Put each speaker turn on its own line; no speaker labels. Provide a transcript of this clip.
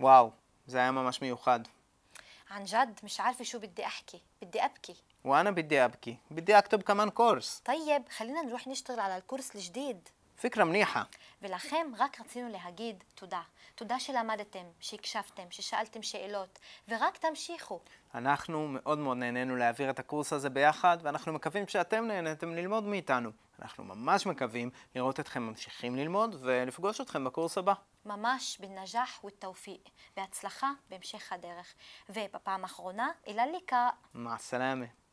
واو זה היה ממש מיוחד.
عن جد مش عارفة شو بدي أحكي بدي أبكي
وأنا بدي أبكي بدي أكتب كمان كورس
طيب خلينا نروح نشتغل على الكورس الجديد
فكرة منيحة
ולכם רק רצינו להגיד תודה. תודה שלמדתם, שהקשבתם, ששאלתם שאלות, ורק תמשיכו.
אנחנו מאוד מאוד נהנינו להעביר את הקורס הזה ביחד, ואנחנו מקווים שאתם נהנתם ללמוד מאיתנו. אנחנו ממש מקווים לראות אתכם ממשיכים ללמוד ולפגוש אתכם בקורס הבא.
ממש בנג'ח ותאופיק. בהצלחה בהמשך הדרך. ובפעם האחרונה, אלה ליקה.
מע סלאמה.